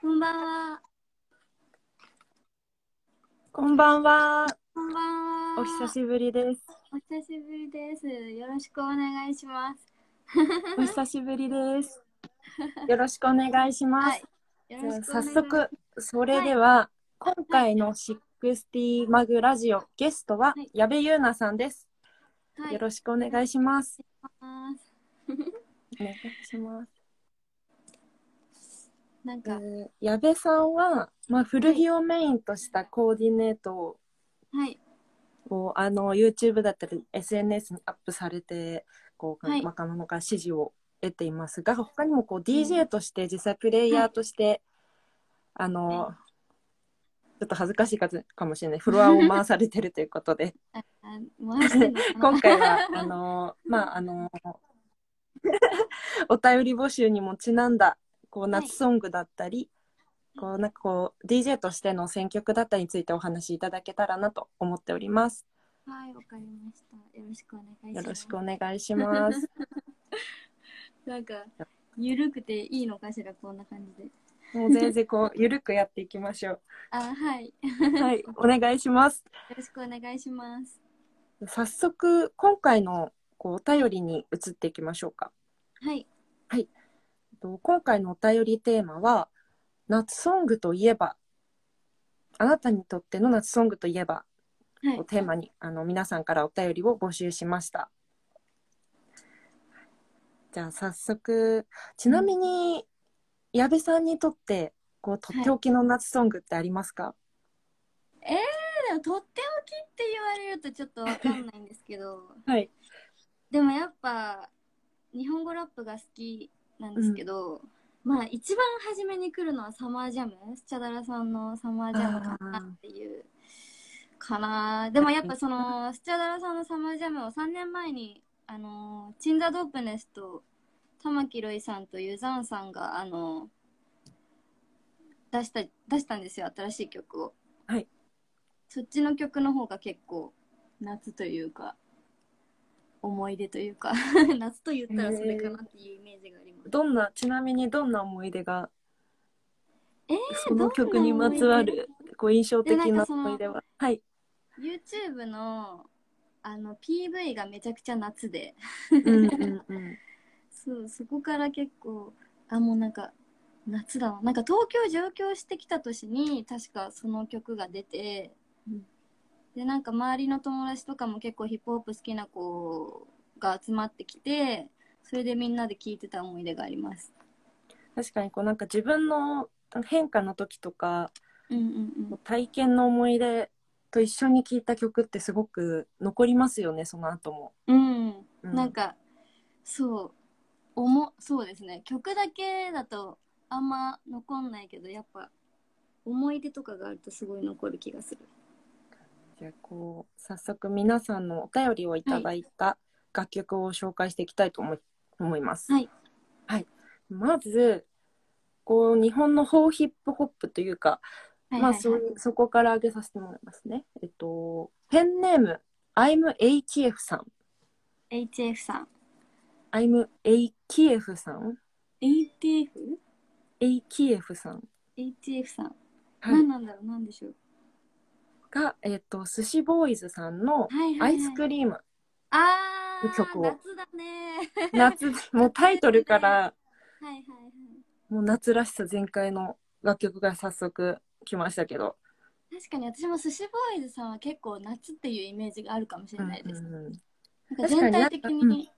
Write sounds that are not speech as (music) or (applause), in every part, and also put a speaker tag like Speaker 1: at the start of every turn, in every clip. Speaker 1: こんばんは。
Speaker 2: こんばんは。
Speaker 1: こんばんは。
Speaker 2: お久しぶりです。
Speaker 1: お久しぶりです。よろしくお願いします。
Speaker 2: お久しぶりです。よろしくお願いします。
Speaker 1: い。よ
Speaker 2: じ
Speaker 1: ろ
Speaker 2: ゃ
Speaker 1: し
Speaker 2: あ
Speaker 1: くお願いし
Speaker 2: 早
Speaker 1: ます。
Speaker 2: 速、それでは、今回の60マグラジオゲストは
Speaker 1: はい
Speaker 2: 矢部優奈さんです。
Speaker 1: はい、
Speaker 2: よろしくお願いします。
Speaker 1: ます。
Speaker 2: お願いします。
Speaker 1: なん
Speaker 2: え
Speaker 1: か、
Speaker 2: ー矢部さんは、まあ、古着をメインとしたコーディネートを
Speaker 1: はい。
Speaker 2: こうあの YouTube だったり SNS にアップされてこう、
Speaker 1: はい
Speaker 2: 若者から支持を得ていますが他にもこう DJ として実際プレイヤーとして、あの、
Speaker 1: は
Speaker 2: ちょっと恥ずかしいかつかもしれないフロアを回されてるということ
Speaker 1: (laughs)
Speaker 2: で
Speaker 1: あ、回してんのかな
Speaker 2: 今回はあのまああの (laughs) お便り募集にもちなんだこう
Speaker 1: はい
Speaker 2: 夏ソングだったり、こうなんかこう DJ としての選曲だったりについてお話しいただけたらなと思っております。
Speaker 1: はい、わかりました。よろしくお願いしま
Speaker 2: よ
Speaker 1: す。
Speaker 2: ろしくお願いし (laughs) ます。
Speaker 1: なんか、ゆるくていいのかしら、こんな感じで。
Speaker 2: もう全然こうゆるくやっていきまし (laughs) ょ
Speaker 1: あ、はい。よ
Speaker 2: う。はい、お願いします。
Speaker 1: ろしくお願いします。
Speaker 2: 早速今回のこうお便りに移っていきましょうか。
Speaker 1: はい。
Speaker 2: えっと今回のお便りテーマは夏ソングといえば、あなたにとっての夏ソングといえば
Speaker 1: はい
Speaker 2: を。テーマにあの皆さんからお便りを募集しました。じゃあ早速ちなみに矢部さんにとってこうとっておきの夏ソングってありますか？
Speaker 1: でもとっておきって言われるとちょっとわかんないんですけど
Speaker 2: はい。
Speaker 1: でもやっぱ日本語ラップが好きなんですけど、まあ一番初めに来るのはサマージャムスチャダラさんのサマージャムかなっていうかなでもやっぱそのスチャダラさんのサマージャムを3年前にあのチンザ・ドープネスと玉木ロイさんとユザンさんがあの出した出したんですよ新しい曲を
Speaker 2: はい
Speaker 1: そっちの曲の方が結構夏というか思い出というか (laughs) 夏と言ったらそれかなっていうイメージがあります、
Speaker 2: どんなちなみにどんな思い出が、
Speaker 1: えー
Speaker 2: その曲にまつわるこう印象的
Speaker 1: でなん
Speaker 2: な
Speaker 1: かその
Speaker 2: 思い出ははい
Speaker 1: YouTube のあの PV がめちゃくちゃ夏で
Speaker 2: うんうんうん
Speaker 1: そうそこから結構あもうなんか夏だわなんか東京上京してきた年に確かその曲が出て、
Speaker 2: うん
Speaker 1: でなんか周りの友達とかも結構ヒップホップ好きな子が集まってきてそれでみんなで聴いてた思い出があります
Speaker 2: (laughs) 確かにこうなんか自分の変化の時とか
Speaker 1: うんうん
Speaker 2: 体験の思い出と一緒に聴いた曲ってすごく残りますよねその後も、
Speaker 1: うんうん
Speaker 2: う
Speaker 1: なんかそうおもそうですね曲だけだとあんま残んないけどやっぱ思い出とかがあるとすごい残る気がする
Speaker 2: じゃあこう早速皆さんのお便りをいただいた楽曲を紹介していきたいと思い思います。
Speaker 1: はい
Speaker 2: はいまずこう日本のフォーヒップホップというかまあそういうそこから上げさせてもらいますね。えっとペンネーム I'm AKF さん。
Speaker 1: HF さん
Speaker 2: I'm AKF さん。
Speaker 1: ATF?HF
Speaker 2: AKF さん
Speaker 1: さん、
Speaker 2: はい
Speaker 1: 何なんだろう何でしょう
Speaker 2: がえっと寿司ボーイズさんの
Speaker 1: はい
Speaker 2: ア
Speaker 1: はい、
Speaker 2: イスクリーム。
Speaker 1: あー
Speaker 2: 曲を
Speaker 1: 夏だね (laughs)
Speaker 2: 夏もうタイトルから
Speaker 1: はいはいはい
Speaker 2: もう夏らしさ全開の楽曲が早速来ましたけど。
Speaker 1: 確かに私も寿司ボーイズさんは結構夏っていうイメージがあるかもしれないです、
Speaker 2: うんうんうん
Speaker 1: なんか
Speaker 2: 確か
Speaker 1: 全
Speaker 2: に
Speaker 1: 体的
Speaker 2: うん
Speaker 1: に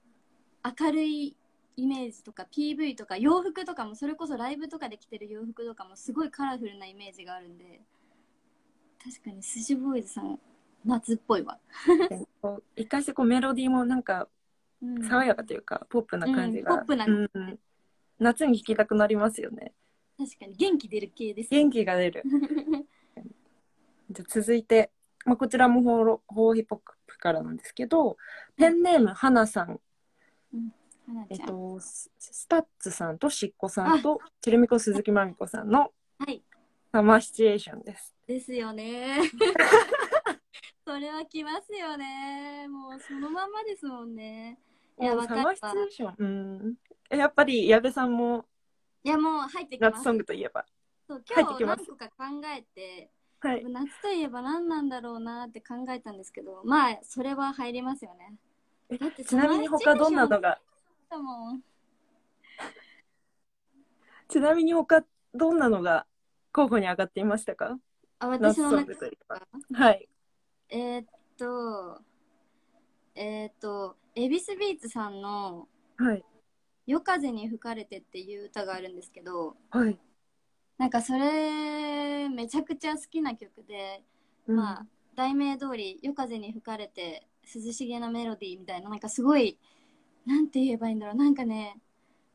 Speaker 1: 明るいイメージとか PV とか洋服とかもそれこそライブとかで着てる洋服とかもすごいカラフルなイメージがあるんで確かに寿司ボーイズさん夏っぽいわ、
Speaker 2: でこう一回してこうメロディーもなんか
Speaker 1: うん
Speaker 2: 爽やかというか、ポップな感じが、
Speaker 1: うんポップな
Speaker 2: うんうん夏に聴きたくなりますよね
Speaker 1: 確かに元気出る系です
Speaker 2: 元気が出るじゃあ続いて、まあ、こちらもホーロホーヒポップからなんですけどペンネームはなさん、
Speaker 1: (laughs) 花
Speaker 2: え
Speaker 1: ちゃ
Speaker 2: っ
Speaker 1: ん、
Speaker 2: と、ススタッツさんとしっこさんとちるみこ鈴木まみこさんの
Speaker 1: はい
Speaker 2: サマーシチュエーションです。
Speaker 1: ですよ
Speaker 2: (laughs)
Speaker 1: ねそれは来ますよねもうそのまんまですもんねいや
Speaker 2: もう
Speaker 1: わか
Speaker 2: サ
Speaker 1: る
Speaker 2: マー
Speaker 1: わ
Speaker 2: シチュエーションうんえやっぱり矢部さんも
Speaker 1: いやもう入ってきま
Speaker 2: 夏
Speaker 1: す
Speaker 2: ソングといえば。
Speaker 1: そう
Speaker 2: 入
Speaker 1: 今
Speaker 2: って
Speaker 1: 日
Speaker 2: きます
Speaker 1: 何個か考えて
Speaker 2: はい。
Speaker 1: 夏といえば何なんだろうなって考えたんですけどまあそれは入りますよね
Speaker 2: え
Speaker 1: だって
Speaker 2: ちなみに他どんなのが、
Speaker 1: だもん
Speaker 2: ちなみに他どんなのが候補に上がっていましたか
Speaker 1: あ
Speaker 2: 夏
Speaker 1: 私の
Speaker 2: ソン
Speaker 1: 中
Speaker 2: グといえば
Speaker 1: か。
Speaker 2: はい。
Speaker 1: えー、っとえー、っとエビスビーツさんの
Speaker 2: はい。
Speaker 1: 「夜風に吹かれて」っていう歌があるんですけど
Speaker 2: はい。
Speaker 1: なんかそれめちゃくちゃ好きな曲で
Speaker 2: うん
Speaker 1: まあ、題名通り夜風に吹かれて涼しげなメロディーみたいななんかすごいなんて言えばいいんだろうなんかね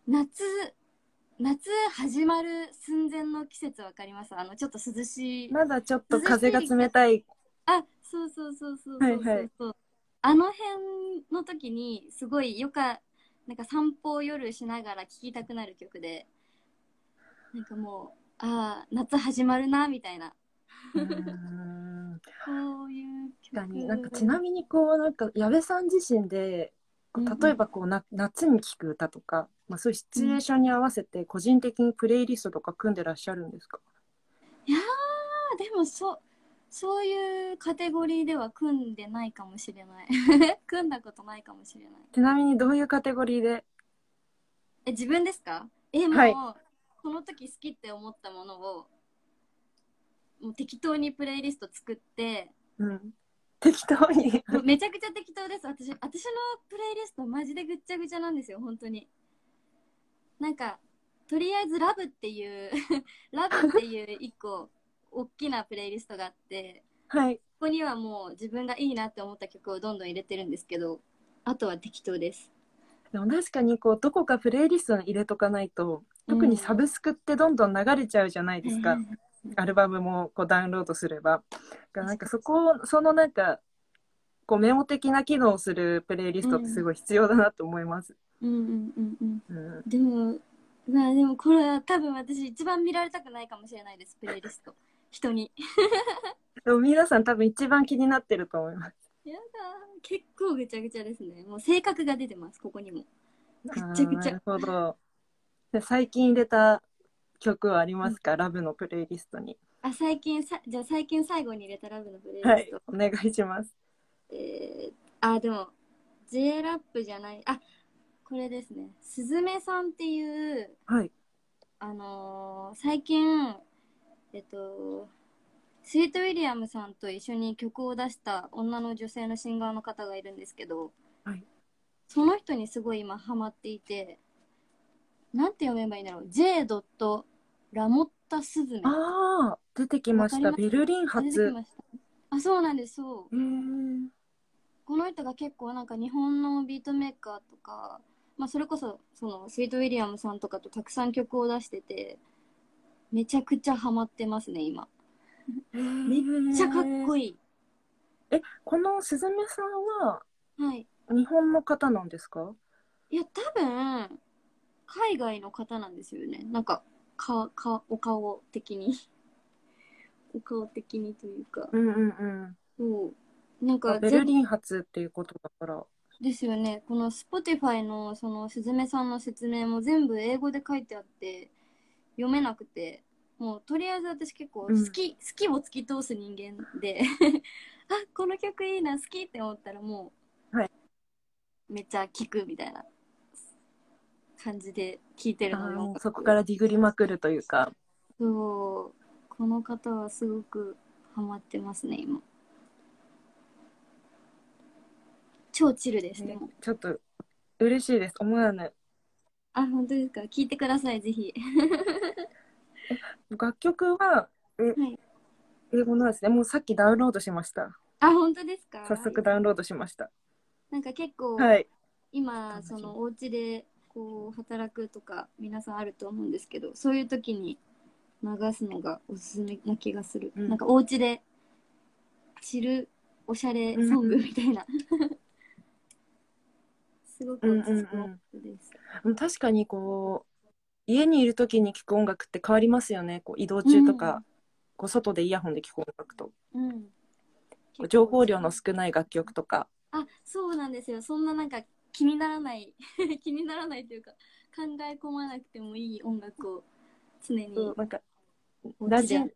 Speaker 1: 夏夏始まる寸前の季節わかりますあのちょっと涼しい
Speaker 2: まだちょっと風が冷
Speaker 1: (laughs)
Speaker 2: たい。
Speaker 1: あそうそうそうそうそうそうそう、
Speaker 2: はいはい
Speaker 1: あの辺の時にすごいよかなんか散歩を夜しながら聴きたくなる曲でなんかもうああ夏始まるなみたいな
Speaker 2: うーん
Speaker 1: こういう曲
Speaker 2: 確かになんかちなみにこうなんか矢部さん自身でこ
Speaker 1: うんうん
Speaker 2: う例えばこうな夏に聴く歌とか、まあ、そういうシチュエーションに合わせて個人的にプレイリストとか組んでらっしゃるんですか、
Speaker 1: いやーでもそそういうカテゴリーでは組んでないかもしれない (laughs) 組んだことないかもしれない
Speaker 2: ちなみにどういうカテゴリーで
Speaker 1: え自分ですかえもう、
Speaker 2: はい
Speaker 1: この時好きって思ったものをもう適当にプレイリスト作って
Speaker 2: うん適当
Speaker 1: (laughs)
Speaker 2: に
Speaker 1: もうめちゃくちゃ適当です私私のプレイリストマジでぐっちゃぐちゃなんですよ本当になんかとりあえず「ラブっていう (laughs) ラブっていう一個大きなプレイリストがあって
Speaker 2: はい
Speaker 1: ここにはもう自分がいいなって思った曲をどんどん入れてるんですけどあとは適当です
Speaker 2: でも確かにこうどこかプレイリストに入れとかないと特にサブスクってどんどん流れちゃうじゃないですか、アルバムもこうダウンロードすれば。がなんかそこをそのなんかこうメモ的な機能をするプレイリストってすごい必要だなと思います。
Speaker 1: うんうんうんうん
Speaker 2: うん
Speaker 1: でもまあでもこれは多分私一番見られたくないかもしれないですプレイリスト人に
Speaker 2: でも皆さん多分一番気になってると思います。
Speaker 1: やだ結構ぐちゃぐちゃですねもう性格が出てますここにもぐっちゃぐちゃ
Speaker 2: あーなるほど。で最近入れた曲はありますか、ラブのプレイリストに。
Speaker 1: あ最近さじゃあ最近最後に入れたラブのプレイ
Speaker 2: は
Speaker 1: リ
Speaker 2: い
Speaker 1: スト、、
Speaker 2: お願いします。
Speaker 1: えー、あでも J ラップじゃないあこれですねすずめさんっていう
Speaker 2: はい。
Speaker 1: あのー最近、えっと、スイート・ウィリアムさんと一緒に曲を出した女の女性のシンガーの方がいるんですけど、
Speaker 2: はい
Speaker 1: その人にすごい今ハマっていて、なんて読めばいいんだろう、J. ラモッタ・スズメ。
Speaker 2: ああ、出てきまし
Speaker 1: わ
Speaker 2: た。
Speaker 1: か
Speaker 2: ベルリン
Speaker 1: 出てき
Speaker 2: 発。
Speaker 1: ましたあ、そうなんです、そう。
Speaker 2: へー
Speaker 1: この人が結構なんか日本のビートメーカーとか、まあ、それこそそのスイート・ウィリアムさんとかとたくさん曲を出しててめちゃくちゃハマってますね今めめっちゃかっこ
Speaker 2: いい。
Speaker 1: いい、
Speaker 2: え、このすずめさんは
Speaker 1: はい、
Speaker 2: 日本の方なんですか？
Speaker 1: いや多分海外の方なんですよねなんかかかお顔的に (laughs) お顔的にというか
Speaker 2: うんうんうん。
Speaker 1: そうなんか
Speaker 2: ベルリン発っていうことだから。
Speaker 1: ですよねこの Spotify のそのすずめさんの説明も全部英語で書いてあって読めなくてもうとりあえず私結構好
Speaker 2: うん
Speaker 1: き、好きを突き通す人間で (laughs) あこの曲いいな好きって思ったらもう、
Speaker 2: はい
Speaker 1: めっちゃ聴くみたいな感じで聴いてるのよ
Speaker 2: あーそこからディグりまくるというか。
Speaker 1: そうこの方はすごくハマってますね今超チルですでも。
Speaker 2: ちょっと嬉しいです。思わぬ。
Speaker 1: あ、本当ですか。聞いてください、ぜひ。
Speaker 2: 楽曲は、え、
Speaker 1: い
Speaker 2: 英語なんですね。もうさっきダウンロードしました。
Speaker 1: あ、本当ですか。
Speaker 2: 早速。ダウンロードしました。
Speaker 1: なんか結構、
Speaker 2: はい。
Speaker 1: 今、そのお家で、こう働くとか、皆さんあると思うんですけど、そういう時に。流すのがおすすめな気がする。
Speaker 2: うん
Speaker 1: なんかお家で。散る、おしゃれソングみたいな。 (laughs) すごくおすすめです。
Speaker 2: うん確かにこう、家にいる時に聴く音楽って変わりますよね。こう移動中とか、
Speaker 1: うん
Speaker 2: こう外でイヤホンで聴く音楽と。
Speaker 1: うん。
Speaker 2: こう情報量の少ない楽曲とか。
Speaker 1: (laughs) あ、そうなんですよ。そんななんか気にならない気にならないというか、考え込まなくてもいい音楽を常に
Speaker 2: そうなんか
Speaker 1: お家
Speaker 2: 馴
Speaker 1: で
Speaker 2: 染ん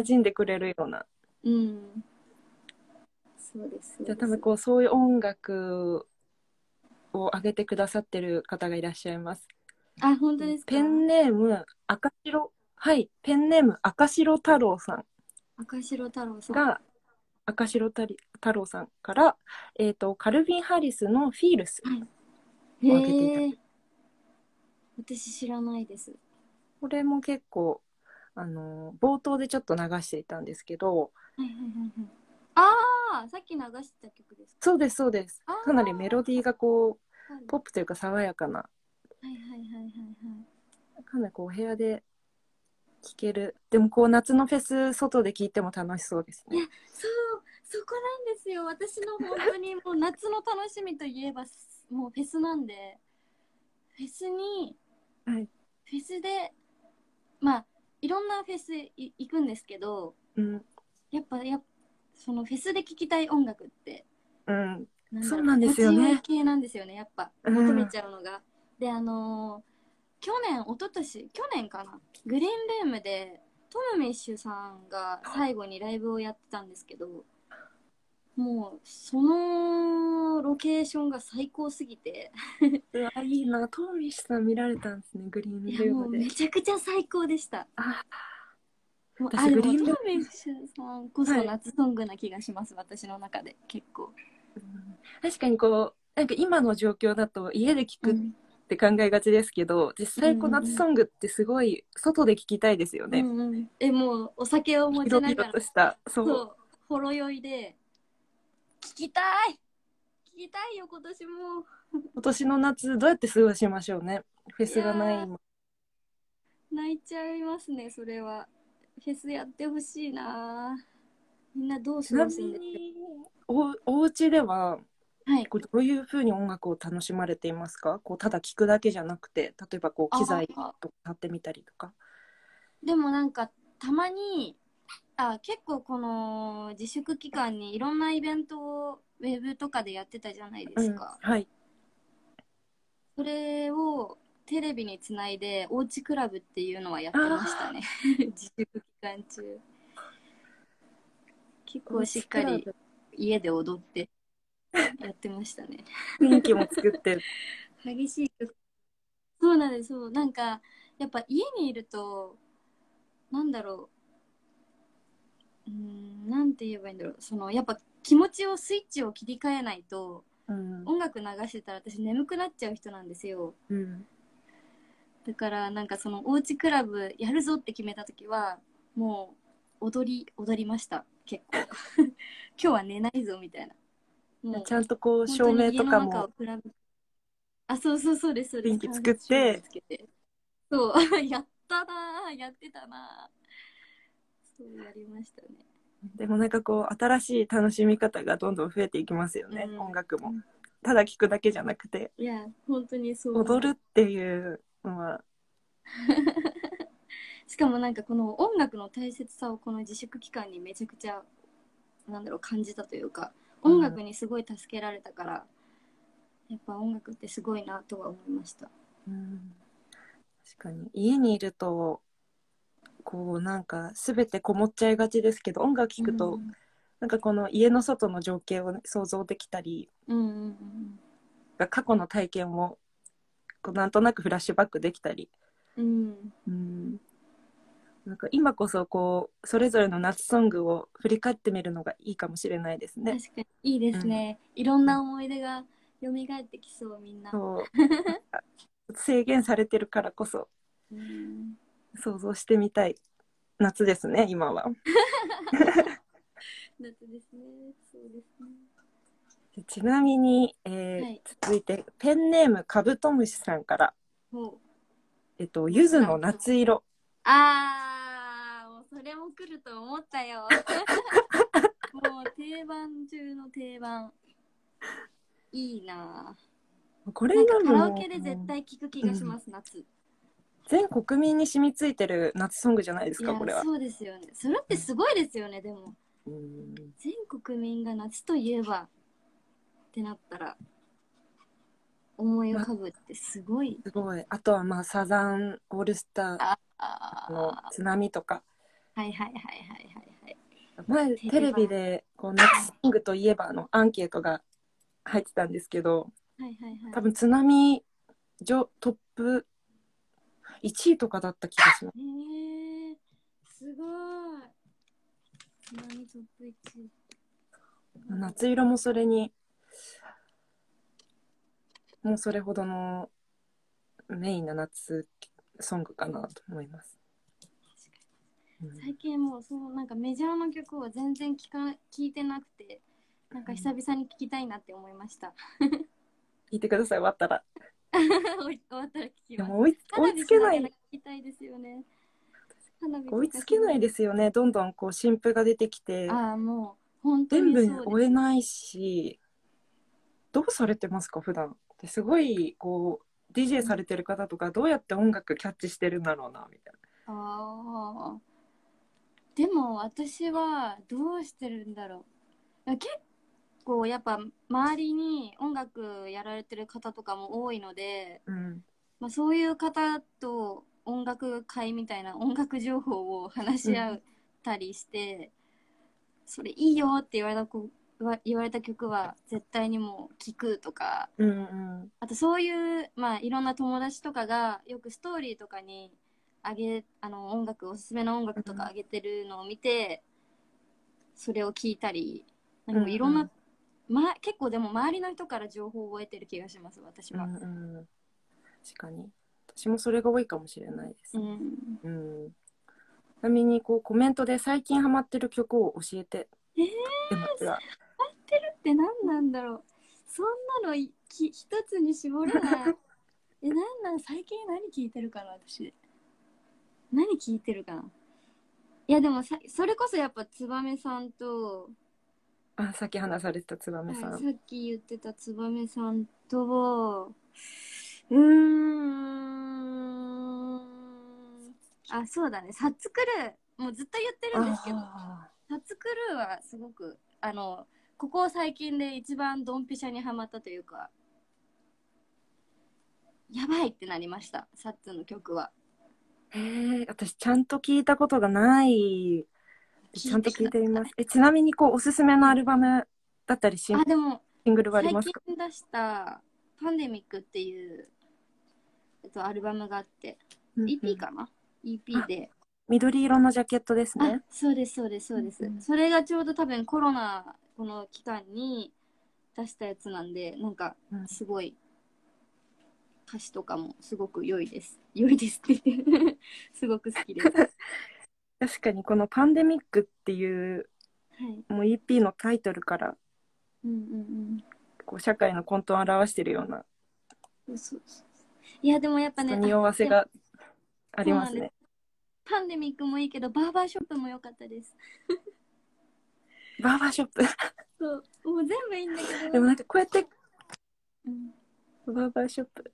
Speaker 2: 馴染んでくれるような
Speaker 1: うんそうですそうです
Speaker 2: じゃあ多分こうそういう音楽を上げてくださってる方がいらっしゃいます
Speaker 1: あ本当ですか
Speaker 2: ペンネーム赤白はいペンネーム赤白太郎さん
Speaker 1: 赤白太郎さん
Speaker 2: が赤白太り太郎さんから、えー、とカルビン・ハリスの「フィールス」
Speaker 1: へ
Speaker 2: 分けていた
Speaker 1: え私知らないです
Speaker 2: これも結構あの冒頭でちょっと流していたんですけど
Speaker 1: はいはいはいはいああさっき流した曲です
Speaker 2: そうですそうです
Speaker 1: あー
Speaker 2: かなりメロディーがこう
Speaker 1: かはい
Speaker 2: ポップというか爽やかな
Speaker 1: はいはいはいはいはい
Speaker 2: かなりこうお部屋で聴けるでもこう夏のフェス外で聴いても楽しそうですね
Speaker 1: そうそこなんですよ私の本当にもう夏の楽しみといえばもうフェスなんでフェスに、
Speaker 2: はい
Speaker 1: フェスでまあいろんなフェスい行くんですけど
Speaker 2: うん、
Speaker 1: やっぱやっそのフェスで聴きたい音楽って
Speaker 2: うん、
Speaker 1: だろ
Speaker 2: そうなんですよね
Speaker 1: 心地よい系なんですよねやっぱ
Speaker 2: うん
Speaker 1: 求めちゃうのが、であのー去年一昨年去年かなグリーンルームでトムミッシュさんが最後にライブをやってたんですけどもうそのロケーションが最高すぎて
Speaker 2: うわいいなトーミッシュさん見られたんですねグリーンル
Speaker 1: いや
Speaker 2: ー
Speaker 1: もう
Speaker 2: ムで
Speaker 1: めちゃくちゃ最高でした
Speaker 2: あ
Speaker 1: もう
Speaker 2: 私
Speaker 1: あでも
Speaker 2: グ
Speaker 1: ト
Speaker 2: リーン
Speaker 1: ム
Speaker 2: ルーム
Speaker 1: ミッシュさんこそ
Speaker 2: はい
Speaker 1: 夏ソングな気がします、私の中で結構、
Speaker 2: うん確かにこうなんか今の状況だと家で聴く
Speaker 1: う
Speaker 2: っ
Speaker 1: ん
Speaker 2: って考えがちですけど実際こう
Speaker 1: うんうんうん
Speaker 2: 夏ソングってすごい外で聴きたいですよ
Speaker 1: う
Speaker 2: ね、
Speaker 1: んうん、えもうお酒を持ち
Speaker 2: 広
Speaker 1: なが
Speaker 2: 々
Speaker 1: ら
Speaker 2: としたそう
Speaker 1: そう、ほろ酔いで、聞きたい聞きたいよ、今年も。
Speaker 2: 今年の夏どうやって過ごしましょうねフェスがない
Speaker 1: いや
Speaker 2: 今
Speaker 1: 泣いちゃいますね、それは。フェスやってほしいなみんなどう
Speaker 2: ち
Speaker 1: 過
Speaker 2: な
Speaker 1: ご
Speaker 2: み
Speaker 1: すんですか
Speaker 2: におお家では
Speaker 1: はい。
Speaker 2: こうどういうふうに音楽を楽しまれていますかこうただ聴くだけじゃなくて例えばこう機材と
Speaker 1: あ
Speaker 2: か買ってみたりとか
Speaker 1: でもなんか、たまに、あ結構この自粛期間にいろんなイベントをウェブとかでやってたじゃないですか。
Speaker 2: うんはい
Speaker 1: それをテレビにつないで、おうちクラブっていうのはやってましたね。 (laughs) 自粛期間中。結構しっかり家で踊ってやってましたね。
Speaker 2: 雰囲気も作
Speaker 1: (laughs)
Speaker 2: って
Speaker 1: 激しい曲。そうなんです、そう。なんか、やっぱ家にいると、なんだろう。うーん、なんて言えばいいんだろう。その、やっぱ気持ちをスイッチを切り替えないと、
Speaker 2: うん、
Speaker 1: 音楽流してたら私眠くなっちゃう人なんですよ。
Speaker 2: うん、
Speaker 1: だからなんかそのおうちクラブやるぞって決めた時はもう踊り踊りました結構 (laughs) 今日は寝ないぞみたいなもう
Speaker 2: ちゃんとこう
Speaker 1: 本
Speaker 2: 照
Speaker 1: 当
Speaker 2: 明
Speaker 1: に家
Speaker 2: と
Speaker 1: の
Speaker 2: か
Speaker 1: 中を
Speaker 2: も
Speaker 1: クラブあそうそうそうですそうです
Speaker 2: 電気作って
Speaker 1: 照明つけてそう (laughs) やったなーやってたなーそうやりましたね
Speaker 2: でもなんかこう新しい楽しみ方がどんどん増えていきますよね、
Speaker 1: うん
Speaker 2: 音楽もただ聴くだけじゃなくて
Speaker 1: いや本当にそう
Speaker 2: 踊るっていうのは
Speaker 1: しかもなんかこの音楽の大切さをこの自粛期間にめちゃくちゃなんだろう感じたというか
Speaker 2: うん
Speaker 1: 音楽にすごい助けられたから、やっぱ音楽ってすごいなとは思いました
Speaker 2: うん確かに家にいるとこうなんか全てこもっちゃいがちですけど音楽聴くと、
Speaker 1: うん
Speaker 2: なんかこの家の外の情景を想像できたり
Speaker 1: うんうんうん
Speaker 2: 過去の体験をこうなんとなくフラッシュバックできたり、
Speaker 1: うん
Speaker 2: うん、なんか今こそこうそれぞれの夏ソングを振り返ってみるのがいいかもしれないですね。
Speaker 1: 確かにいいですね、いろんな思い出が蘇ってきそうみんな、
Speaker 2: そうなんか制限されてるからこそ
Speaker 1: うん
Speaker 2: 想像してみたい夏ですね今は。
Speaker 1: 夏ですねそうですね
Speaker 2: ちなみに、えー
Speaker 1: はい
Speaker 2: 続いてペンネームカブトムシさんから
Speaker 1: もう
Speaker 2: 「えっと、ゆずの夏色
Speaker 1: あーもうそれも来ると思った
Speaker 2: (laughs)
Speaker 1: よもう定番中の定番いいな」
Speaker 2: こ
Speaker 1: ぁ
Speaker 2: れ
Speaker 1: なんかカ
Speaker 2: がも
Speaker 1: ラ
Speaker 2: う
Speaker 1: オケで絶対聴く気がします、夏
Speaker 2: 全国民に染みついてる夏ソングじゃないです
Speaker 1: い
Speaker 2: か
Speaker 1: や
Speaker 2: これは。
Speaker 1: そうですよねそれってすごいですよねでも
Speaker 2: うん
Speaker 1: 全国民が夏といえばってなったら思い浮かぶってすごい。
Speaker 2: すごい。あとはまあサザンオールスタ
Speaker 1: あ
Speaker 2: ーの
Speaker 1: あ。
Speaker 2: 津波とか、
Speaker 1: はいはいはいはいはいはい。
Speaker 2: 前
Speaker 1: テレビ
Speaker 2: テレビでこう夏ソングといえばのアンケートが入ってたんですけど、
Speaker 1: はいはいはい。
Speaker 2: 多分津波上トップ1位とかだった気がします。
Speaker 1: えー、すごい。津波トップ一。
Speaker 2: 夏色もそれにもうそれほどのメインな夏ソングかなと思います。うん
Speaker 1: 最近もうそのなんかメジャーの曲は全然聞か聞いてなくて、なんか久々に聞きたいなって思いま
Speaker 2: (laughs)
Speaker 1: した。
Speaker 2: 聞いてください終わったら。
Speaker 1: おい終わったら聞き
Speaker 2: で
Speaker 1: ます。
Speaker 2: も追い追いつけな
Speaker 1: 花火しがら聞
Speaker 2: い
Speaker 1: きたいですよね。花火。
Speaker 2: 追いつけないいですよね。どんどんこう新譜が出てきて
Speaker 1: ああもう本当
Speaker 2: 全
Speaker 1: に
Speaker 2: 部
Speaker 1: そう
Speaker 2: 追
Speaker 1: で
Speaker 2: え
Speaker 1: す。
Speaker 2: ないしどうされてますか普段ってすごいこう DJ されてる方とかどうやって音楽キャッチしてるんだろうなみたい
Speaker 1: ああ。でも私はどうしてるんだろう。結構やっぱ周りに音楽やられてる方とかも多いので、
Speaker 2: な。うん
Speaker 1: まあ、そういう方と音楽会みたいな音楽情報を話し合ったりして、それいいよって言われたこ言わ言われた曲は絶対にもう聴くとか
Speaker 2: うん
Speaker 1: あとそういう、まあ、いろんな友達とかがよくストーリーとかにあげあの音楽おすすめの音楽とかあげてるのを見て、それを聞いたりなんかもういろんな、ま、結構でも周りの人から情報を得てる気がします私
Speaker 2: うんう
Speaker 1: は。
Speaker 2: んうん確かに私もそれが多いかもしれないです
Speaker 1: う
Speaker 2: ね。
Speaker 1: ん
Speaker 2: うんちなみにこうコメントで最近ハマってる曲を教えて。
Speaker 1: えー
Speaker 2: でもいや
Speaker 1: って何なんだろうそんなのいき一つに絞れないえ何なん最近何聞いてるかな私何聞いてるかないやでもさそれこそやっぱ燕さんと、
Speaker 2: あさっき話されてた燕さん。
Speaker 1: はいさっき言ってた燕さんとうーんあそうだね「サッツクルー」もうずっと言ってるんですけど
Speaker 2: あ
Speaker 1: タツクルーはすごくあのここ最近で一番ドンピシャにはまったというかやばいってなりましたサッツの曲は
Speaker 2: ーへえ私ちゃんと聞いたことがないちゃんと聞いてみます。え、ちなみにこうおすすめのアルバムだったりシン
Speaker 1: あでも
Speaker 2: シングルはあ
Speaker 1: 最
Speaker 2: ります
Speaker 1: 近
Speaker 2: か？
Speaker 1: 出した「パンデミック」っていう、えっと、アルバムがあって
Speaker 2: うんうん
Speaker 1: EP かな、EP で
Speaker 2: 緑色のジャケットです
Speaker 1: あ
Speaker 2: ね。
Speaker 1: そうですそうですそうです、
Speaker 2: うんうん
Speaker 1: それがちょうど多分コロナこの期間に出したやつなんでなんか
Speaker 2: うん
Speaker 1: すごい歌詞とかもすごく良いです良いですって言って (laughs) すごく好
Speaker 2: (laughs)
Speaker 1: きです、はい、
Speaker 2: 確かにこのパンデミックっていうもう EP のタイトルから
Speaker 1: うんうん
Speaker 2: こう社会の混沌を表しているような
Speaker 1: うんそうそういやでもやっぱね
Speaker 2: 匂わせがあります
Speaker 1: そうな
Speaker 2: ね。
Speaker 1: パンデミックもいいけどバーバーショップも良かったです
Speaker 2: バーバーショップ。
Speaker 1: そうもう全部いいんだけど
Speaker 2: でもなんかこうやって
Speaker 1: うん
Speaker 2: バーバーショップ。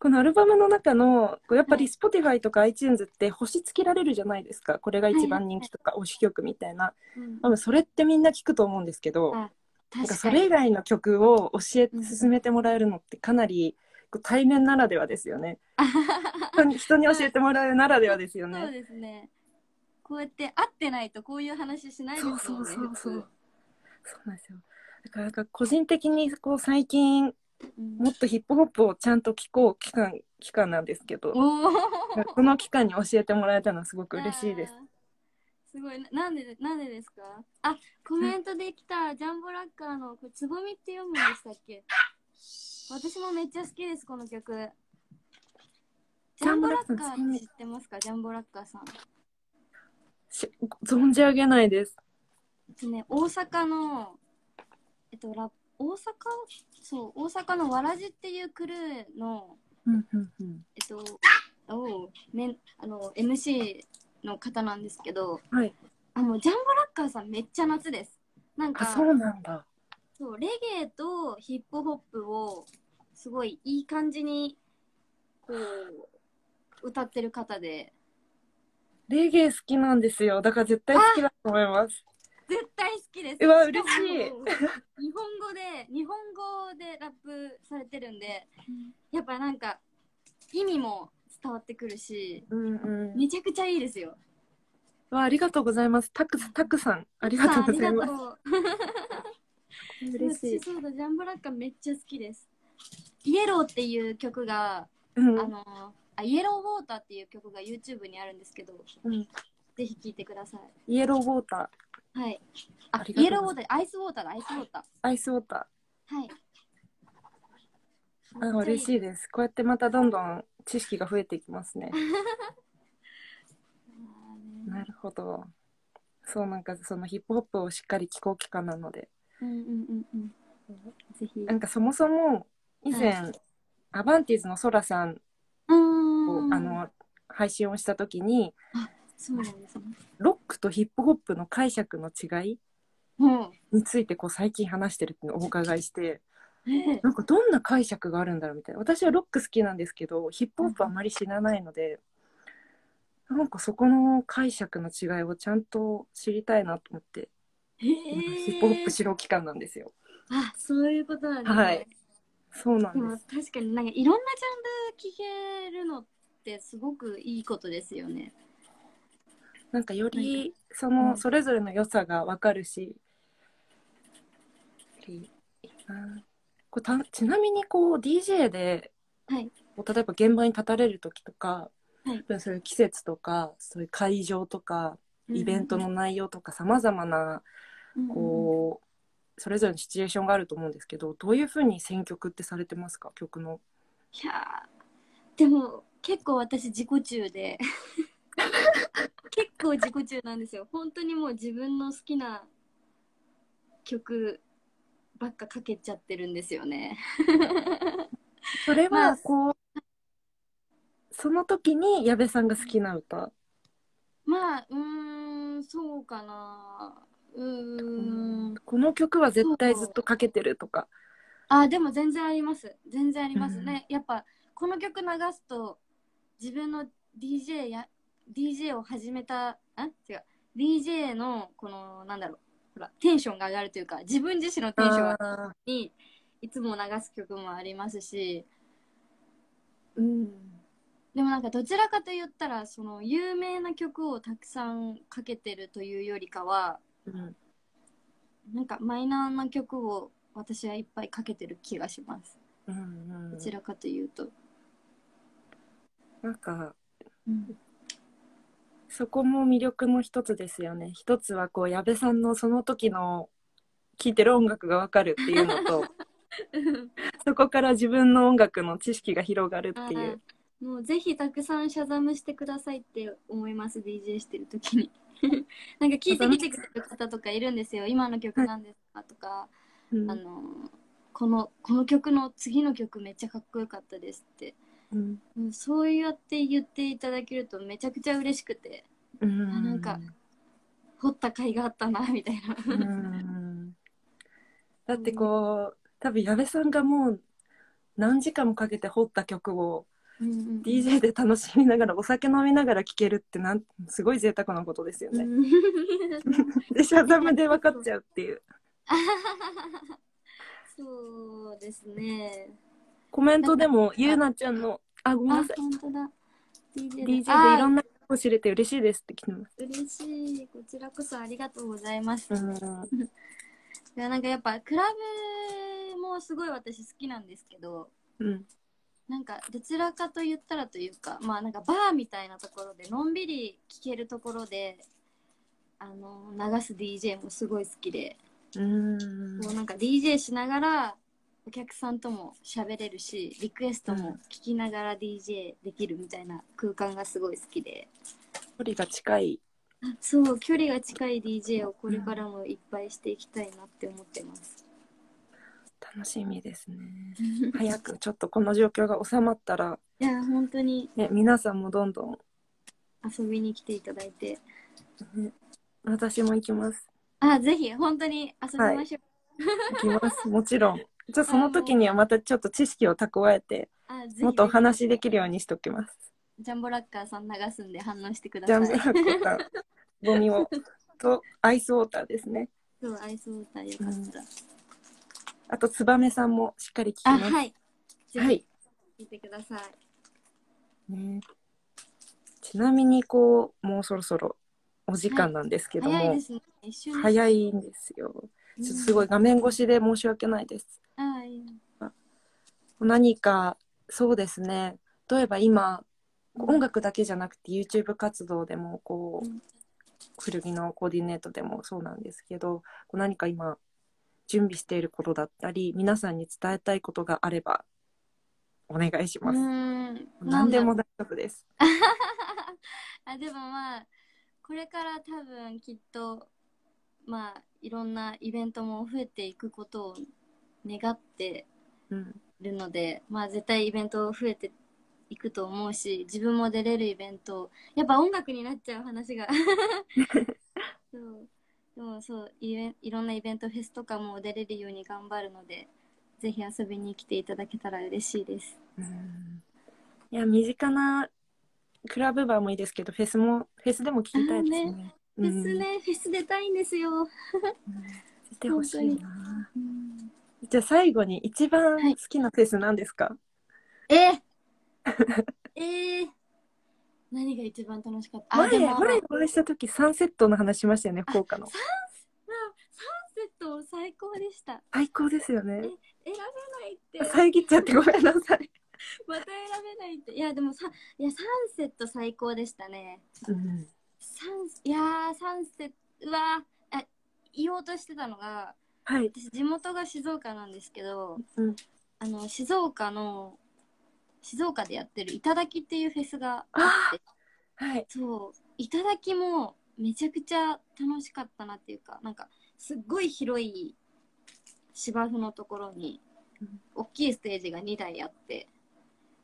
Speaker 2: このアルバムの中のこうやっぱり
Speaker 1: は
Speaker 2: Spotify とか iTunes って星つけられるじゃないですか。これが一
Speaker 1: はいはいは
Speaker 2: 番人気とか推し曲みたいな。
Speaker 1: うん
Speaker 2: 多分それってみんな聞くと思うんですけど。
Speaker 1: あ
Speaker 2: なんか
Speaker 1: 確
Speaker 2: そ
Speaker 1: か
Speaker 2: れ以
Speaker 1: に
Speaker 2: 外の曲を教えて
Speaker 1: うん
Speaker 2: 勧めてもらえるのってかなりこう対面ならではです
Speaker 1: (laughs)
Speaker 2: よね。人に人に教えてもらうならではですよ
Speaker 1: そう
Speaker 2: ね。
Speaker 1: ですねこうやって会ってないとこういう話しないです
Speaker 2: そ
Speaker 1: もん
Speaker 2: う
Speaker 1: ね
Speaker 2: そうそうそう。
Speaker 1: 普
Speaker 2: そうなんですよ。だからなんか個人的にこう最近
Speaker 1: 通うん
Speaker 2: もっとヒップホップをちゃんと聴こう期間期間なんですけど、
Speaker 1: お
Speaker 2: この期間に教えてもらえたのはすごく
Speaker 1: ー
Speaker 2: 嬉しいです。。
Speaker 1: すごいななんでなんでですか？あコメントできたジャンボラッカーのこれつぼみって読むんでしたっけ？私もめっちゃ好きですこの曲。ジャンボラッカ
Speaker 2: ジャンボラッカーつぼ
Speaker 1: ー
Speaker 2: み
Speaker 1: 知ってますか？ジャンボラッカーさん。
Speaker 2: し存じ上げないです。
Speaker 1: えっとね大阪のえっとラ大阪そう大阪のわらじっていうクルーの
Speaker 2: うんうんうん。
Speaker 1: えっとおめあの MC の方なんですけど、
Speaker 2: はい。
Speaker 1: あもうジャンボラッカーさんめっちゃ夏です。なんか
Speaker 2: あ、そうなんだ。
Speaker 1: そうレゲエとヒップホップをすごいいい感じにこう歌ってる方で
Speaker 2: レゲエ好きなんですよ。だから絶対好きだと思います。
Speaker 1: 絶対好きです。
Speaker 2: うわ嬉し
Speaker 1: (laughs)
Speaker 2: い
Speaker 1: しかも日本語で、日本語でラップされてるんで、やっぱなんか、意味も伝わってくるし、
Speaker 2: うんうん。
Speaker 1: めちゃくちゃいいですよ。
Speaker 2: わあ、ありがとうございます。たくさん、たくさん、ありがとうございます。
Speaker 1: す。
Speaker 2: 嬉しい
Speaker 1: 私。そうだ、ジャンボラッカめっちゃ好きです。イエローっていう曲が、
Speaker 2: うん
Speaker 1: あのあ、イエローウォーターっていう曲が YouTube にあるんですけど、
Speaker 2: うん
Speaker 1: ぜひ聴いてください。
Speaker 2: イエローウォータ
Speaker 1: はい。あ
Speaker 2: あ、りが
Speaker 1: イ
Speaker 2: と
Speaker 1: エ
Speaker 2: う
Speaker 1: ローウォ
Speaker 2: ご
Speaker 1: ーター、アイスウォーターだ、アイスウォータ
Speaker 2: ー、アイスウォータ
Speaker 1: ー。はい。
Speaker 2: ー。あ嬉し
Speaker 1: い。
Speaker 2: いです。こうやってまたどんどん知識が増えていきますね。なるほど。そうなんかそのヒップホップをしっかり聞こう期間なので、
Speaker 1: うんうんうんうん。ぜひ。
Speaker 2: なんかそもそも以前、アバンティーズのソラさん
Speaker 1: う
Speaker 2: を、
Speaker 1: ん。
Speaker 2: あ、の配信をした時に、
Speaker 1: そうなんですね。
Speaker 2: ロックとヒップホップの解釈の違い
Speaker 1: うん。
Speaker 2: についてこう最近話してるっていうのをお伺いして、
Speaker 1: ええ
Speaker 2: なんかどんな解釈があるんだろうみたいな。私はロック好きなんですけど、ヒップホップあまり知らないので、なんかそこの解釈の違いをちゃんと知りたいなと思って、今ヒップホップ知ろう期間なんですよ。
Speaker 1: あ、そういうことなんですね。
Speaker 2: はいそうな
Speaker 1: で
Speaker 2: んで
Speaker 1: も
Speaker 2: す。
Speaker 1: 確かになんかいろんなジャンル聞けるのってすごくいいことですよね。
Speaker 2: なんかよりそうの
Speaker 1: ん
Speaker 2: それぞれの良さがわかるし、よりいいなこうたちなみにこう DJ で、
Speaker 1: はい
Speaker 2: こう例えば現場に立たれる時とか、
Speaker 1: はい
Speaker 2: そういう季節とかそういう会場とかイベントの内容とかさまざまな
Speaker 1: うんうんうん
Speaker 2: こうそれぞれのシチュエーションがあると思うんですけどどういうふうに選曲ってされてますか曲の。
Speaker 1: いやーでも結構私自己中で (laughs) 結構自己中なんですよ。本当にもう自分の好きな曲ばっかかけちゃってるんですよね。
Speaker 2: それ
Speaker 1: まあ
Speaker 2: はこう、その時に矢部さんが好きな歌。
Speaker 1: まあうーんそうかなうーん
Speaker 2: この曲は絶対ずっとかけてるとか。
Speaker 1: あでも全然あります全然あります
Speaker 2: うん
Speaker 1: ね、やっぱこの曲流すと自分の DJ や DJ を始めたあ違う DJ のこのなんだろうほらテンションが上がるというか自分自身のテンションが
Speaker 2: あ
Speaker 1: にいつも流す曲もありますしうんでもなんかどちらかと言ったらその有名な曲をたくさんかけてるというよりかは
Speaker 2: ーうん
Speaker 1: なんかマイナーな曲を私はいっぱいかけてる気がします
Speaker 2: うんう
Speaker 1: ど
Speaker 2: ん
Speaker 1: ちらかというと、
Speaker 2: なんか
Speaker 1: うん
Speaker 2: そこも魅力の一つですよね。一つはこう矢部さんのその時の聴いてる音楽がわかるっていう
Speaker 1: (laughs)
Speaker 2: のとそこから自分の音楽の知識が広がるっていう。
Speaker 1: あーもうぜひたくさんシャザムしてくださいって思います DJ してる時に (laughs) なんか聞いてきてくれる方とかいるんですよ今の曲なんですかとか、
Speaker 2: うん
Speaker 1: あのーこのこの曲の次の曲めっちゃかっこよかったですって、
Speaker 2: うん
Speaker 1: うん、そうやって言っていただけるとめちゃくちゃ嬉しくて
Speaker 2: うん
Speaker 1: あなんか掘った甲斐があったなみたいな
Speaker 2: うんだってこう多分矢部さんがもう何時間もかけて彫った曲を DJ で楽しみながらお酒飲みながら聴けるってなんすごい贅沢なことですよ
Speaker 1: う
Speaker 2: ね。
Speaker 1: ん
Speaker 2: でシャザムで分かっちゃうって (laughs) いう
Speaker 1: (laughs) そうですね
Speaker 2: コメントでもゆうなちゃんの「あごめんな
Speaker 1: あ
Speaker 2: さい
Speaker 1: 本当だ DJ だ
Speaker 2: DJ
Speaker 1: あー
Speaker 2: でいろんなこと知れて嬉しいです」って来てます。
Speaker 1: 嬉しいこちらこそありがとうございます、
Speaker 2: うん
Speaker 1: いやなんかやっぱクラブもすごい私好きなんですけど
Speaker 2: うん
Speaker 1: なんかどちらかと言ったらというかまあなんかバーみたいなところでのんびり聴けるところであの流す DJ もすごい好きで、
Speaker 2: うん
Speaker 1: もうなんか DJ しながらお客さんとも喋れるしリクエストも聞きながら DJ できるみたいな空間がすごい好きで
Speaker 2: 距離が近い
Speaker 1: そう距離が近い DJ をこれからもいっぱいしていきたいなって思ってます。
Speaker 2: 楽しみですね。早くちょっとこの状況が収まったら、
Speaker 1: いや本当に
Speaker 2: ね、皆さんもどんどん
Speaker 1: 遊びに来ていただいて
Speaker 2: ね私も行きます。
Speaker 1: あぜひ本当に遊びましょ
Speaker 2: 行きます。もちろん。じゃあその時にはまたちょっと知識を蓄えて、
Speaker 1: う、あぜひ
Speaker 2: もっとお話しできるようにしときます。
Speaker 1: ジャンボラッカーさん流すんで反応してくだ
Speaker 2: (laughs) ジ
Speaker 1: さ
Speaker 2: ャン
Speaker 1: い
Speaker 2: ボラッコさん、ゴミを。とアイスウォーターですね。
Speaker 1: 今日アイスウォーターよかったら。
Speaker 2: あと、つばめさんもしっかり聞き
Speaker 1: あ、
Speaker 2: ます。
Speaker 1: はい。ぜ
Speaker 2: はい
Speaker 1: ひ聞いてください。
Speaker 2: ね、ちなみにこうもうそろそろお時間なんですけども、
Speaker 1: 早いで
Speaker 2: 早い
Speaker 1: すね。一瞬で
Speaker 2: んですよ。
Speaker 1: うん
Speaker 2: ちょっとすごい画面越しで申し訳ないです。
Speaker 1: あいいな
Speaker 2: 何かそうですね例えば今音楽だけじゃなくて YouTube 活動でもこう、
Speaker 1: うん
Speaker 2: 古着のコーディネートでもそうなんですけどこう何か今準備していることだったり皆さんに伝えたいことがあればお願いし
Speaker 1: う
Speaker 2: ます。
Speaker 1: ん。
Speaker 2: 何で
Speaker 1: なんだろう (laughs)
Speaker 2: も大丈夫です。
Speaker 1: あでもまあこれから多分きっとまあいろんなイベントも増えていくことを願って
Speaker 2: うん
Speaker 1: るのでまあ絶対イベント増えていくと思うし自分も出れるイベントやっぱ音楽になっちゃう話
Speaker 2: (laughs)
Speaker 1: がそうでもそうイベンいろんなイベントフェスとかも出れるように頑張るのでぜひ遊びに来ていただけたら嬉しいです
Speaker 2: うんいや身近なクラブバーもいいですけどフェスもフェスでも聞きたいですね。
Speaker 1: フェス
Speaker 2: うん
Speaker 1: ね、フェス出たいんですよ、
Speaker 2: 出てほしいな。
Speaker 1: うん
Speaker 2: じゃあ最後に一番
Speaker 1: はい
Speaker 2: 好きなフェスなんですか、 (laughs)
Speaker 1: ええー、何が一番楽しかったあ、で
Speaker 2: 前
Speaker 1: も、サン
Speaker 2: 前お会いした時サンセットの話しましたよね福岡の
Speaker 1: サセット最高でした。
Speaker 2: 最高ですよね
Speaker 1: 選べないって、
Speaker 2: 遮っちゃってごめんなさい、
Speaker 1: また選べないって。いや、でもさ、いや、サンセット最高でしたね。
Speaker 2: うん、
Speaker 1: サンいやー、サンセット、うわーあ、言おうとしてたのが、
Speaker 2: はい、
Speaker 1: 私、地元が静岡なんですけど、
Speaker 2: うん、
Speaker 1: あの、静岡の、静岡でやってる、いただきっていうフェスがあって、
Speaker 2: はい
Speaker 1: そういただきもめちゃくちゃ楽しかったなっていうかなんかすっごい広い芝生のところに
Speaker 2: うん
Speaker 1: 大きいステージが2台あって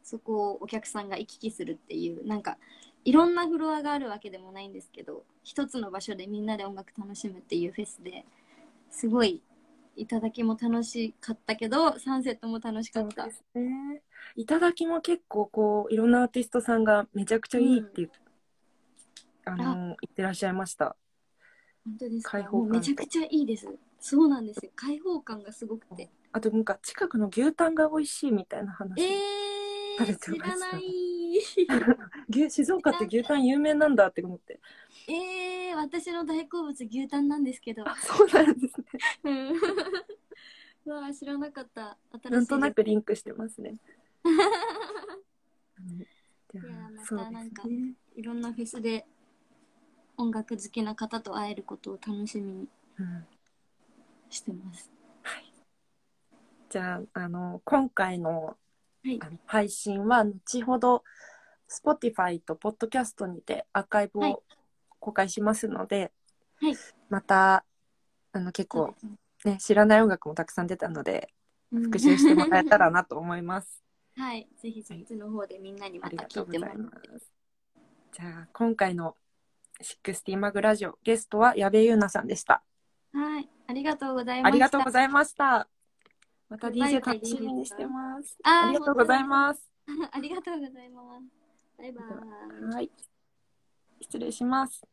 Speaker 1: そこをお客さんが行き来するっていうなんかいろんなフロアがあるわけでもないんですけど一つの場所でみんなで音楽楽しむっていうフェスですごいいただきも楽しかったけどサンセットも楽しか
Speaker 2: そう
Speaker 1: っ
Speaker 2: で
Speaker 1: た。
Speaker 2: すねいただきも結構こういろんなアーティストさんがめちゃくちゃいいっていう、あの言ってらっしゃいました
Speaker 1: 本当ですか
Speaker 2: 開放感
Speaker 1: もうめちゃくちゃいいです。そうなんですよ。開放感がすごくて。
Speaker 2: あとなんか近くの牛タンが美味しいみたいな話、
Speaker 1: え
Speaker 2: 食べ
Speaker 1: ー、
Speaker 2: て
Speaker 1: 知
Speaker 2: ました
Speaker 1: らない。
Speaker 2: 牛静岡って牛タン有名なんだって思って
Speaker 1: えー、私の大好物牛タンなんですけど。
Speaker 2: あそうなんですね
Speaker 1: うん (laughs) うわー知らなかった。新しい
Speaker 2: なんとな
Speaker 1: で
Speaker 2: くリンクしてま
Speaker 1: (laughs)
Speaker 2: すね。い
Speaker 1: やまたなんかすいろんなフェスで音楽好きな方と会えることを楽しみに
Speaker 2: うん
Speaker 1: してます。
Speaker 2: じゃああの今回の,、
Speaker 1: はい
Speaker 2: あの配信は後ほど Spotify と Podcast にてアーカイブ
Speaker 1: はい
Speaker 2: を公開しますので、
Speaker 1: はい
Speaker 2: またあの結構、ね、知らない音楽もたくさん出たので
Speaker 1: うん
Speaker 2: 復習してもらえたらなと思います。
Speaker 1: (laughs) はい、ぜひそっちの方でみんなに (laughs)
Speaker 2: あ
Speaker 1: ま
Speaker 2: り
Speaker 1: た
Speaker 2: がと
Speaker 1: 聞
Speaker 2: う
Speaker 1: い
Speaker 2: ご
Speaker 1: て
Speaker 2: ざい
Speaker 1: もらって。
Speaker 2: ます。じゃあ今回の60マグラジオゲストは矢部優奈さんでした。
Speaker 1: はい、ありがとうございました。
Speaker 2: ありがとうございました。また
Speaker 1: バイ
Speaker 2: DJ
Speaker 1: バイ
Speaker 2: 楽しみにしてます。
Speaker 1: あー
Speaker 2: ありがとうございます。
Speaker 1: ありがとうございます。バイバーイ。
Speaker 2: はい。失礼します。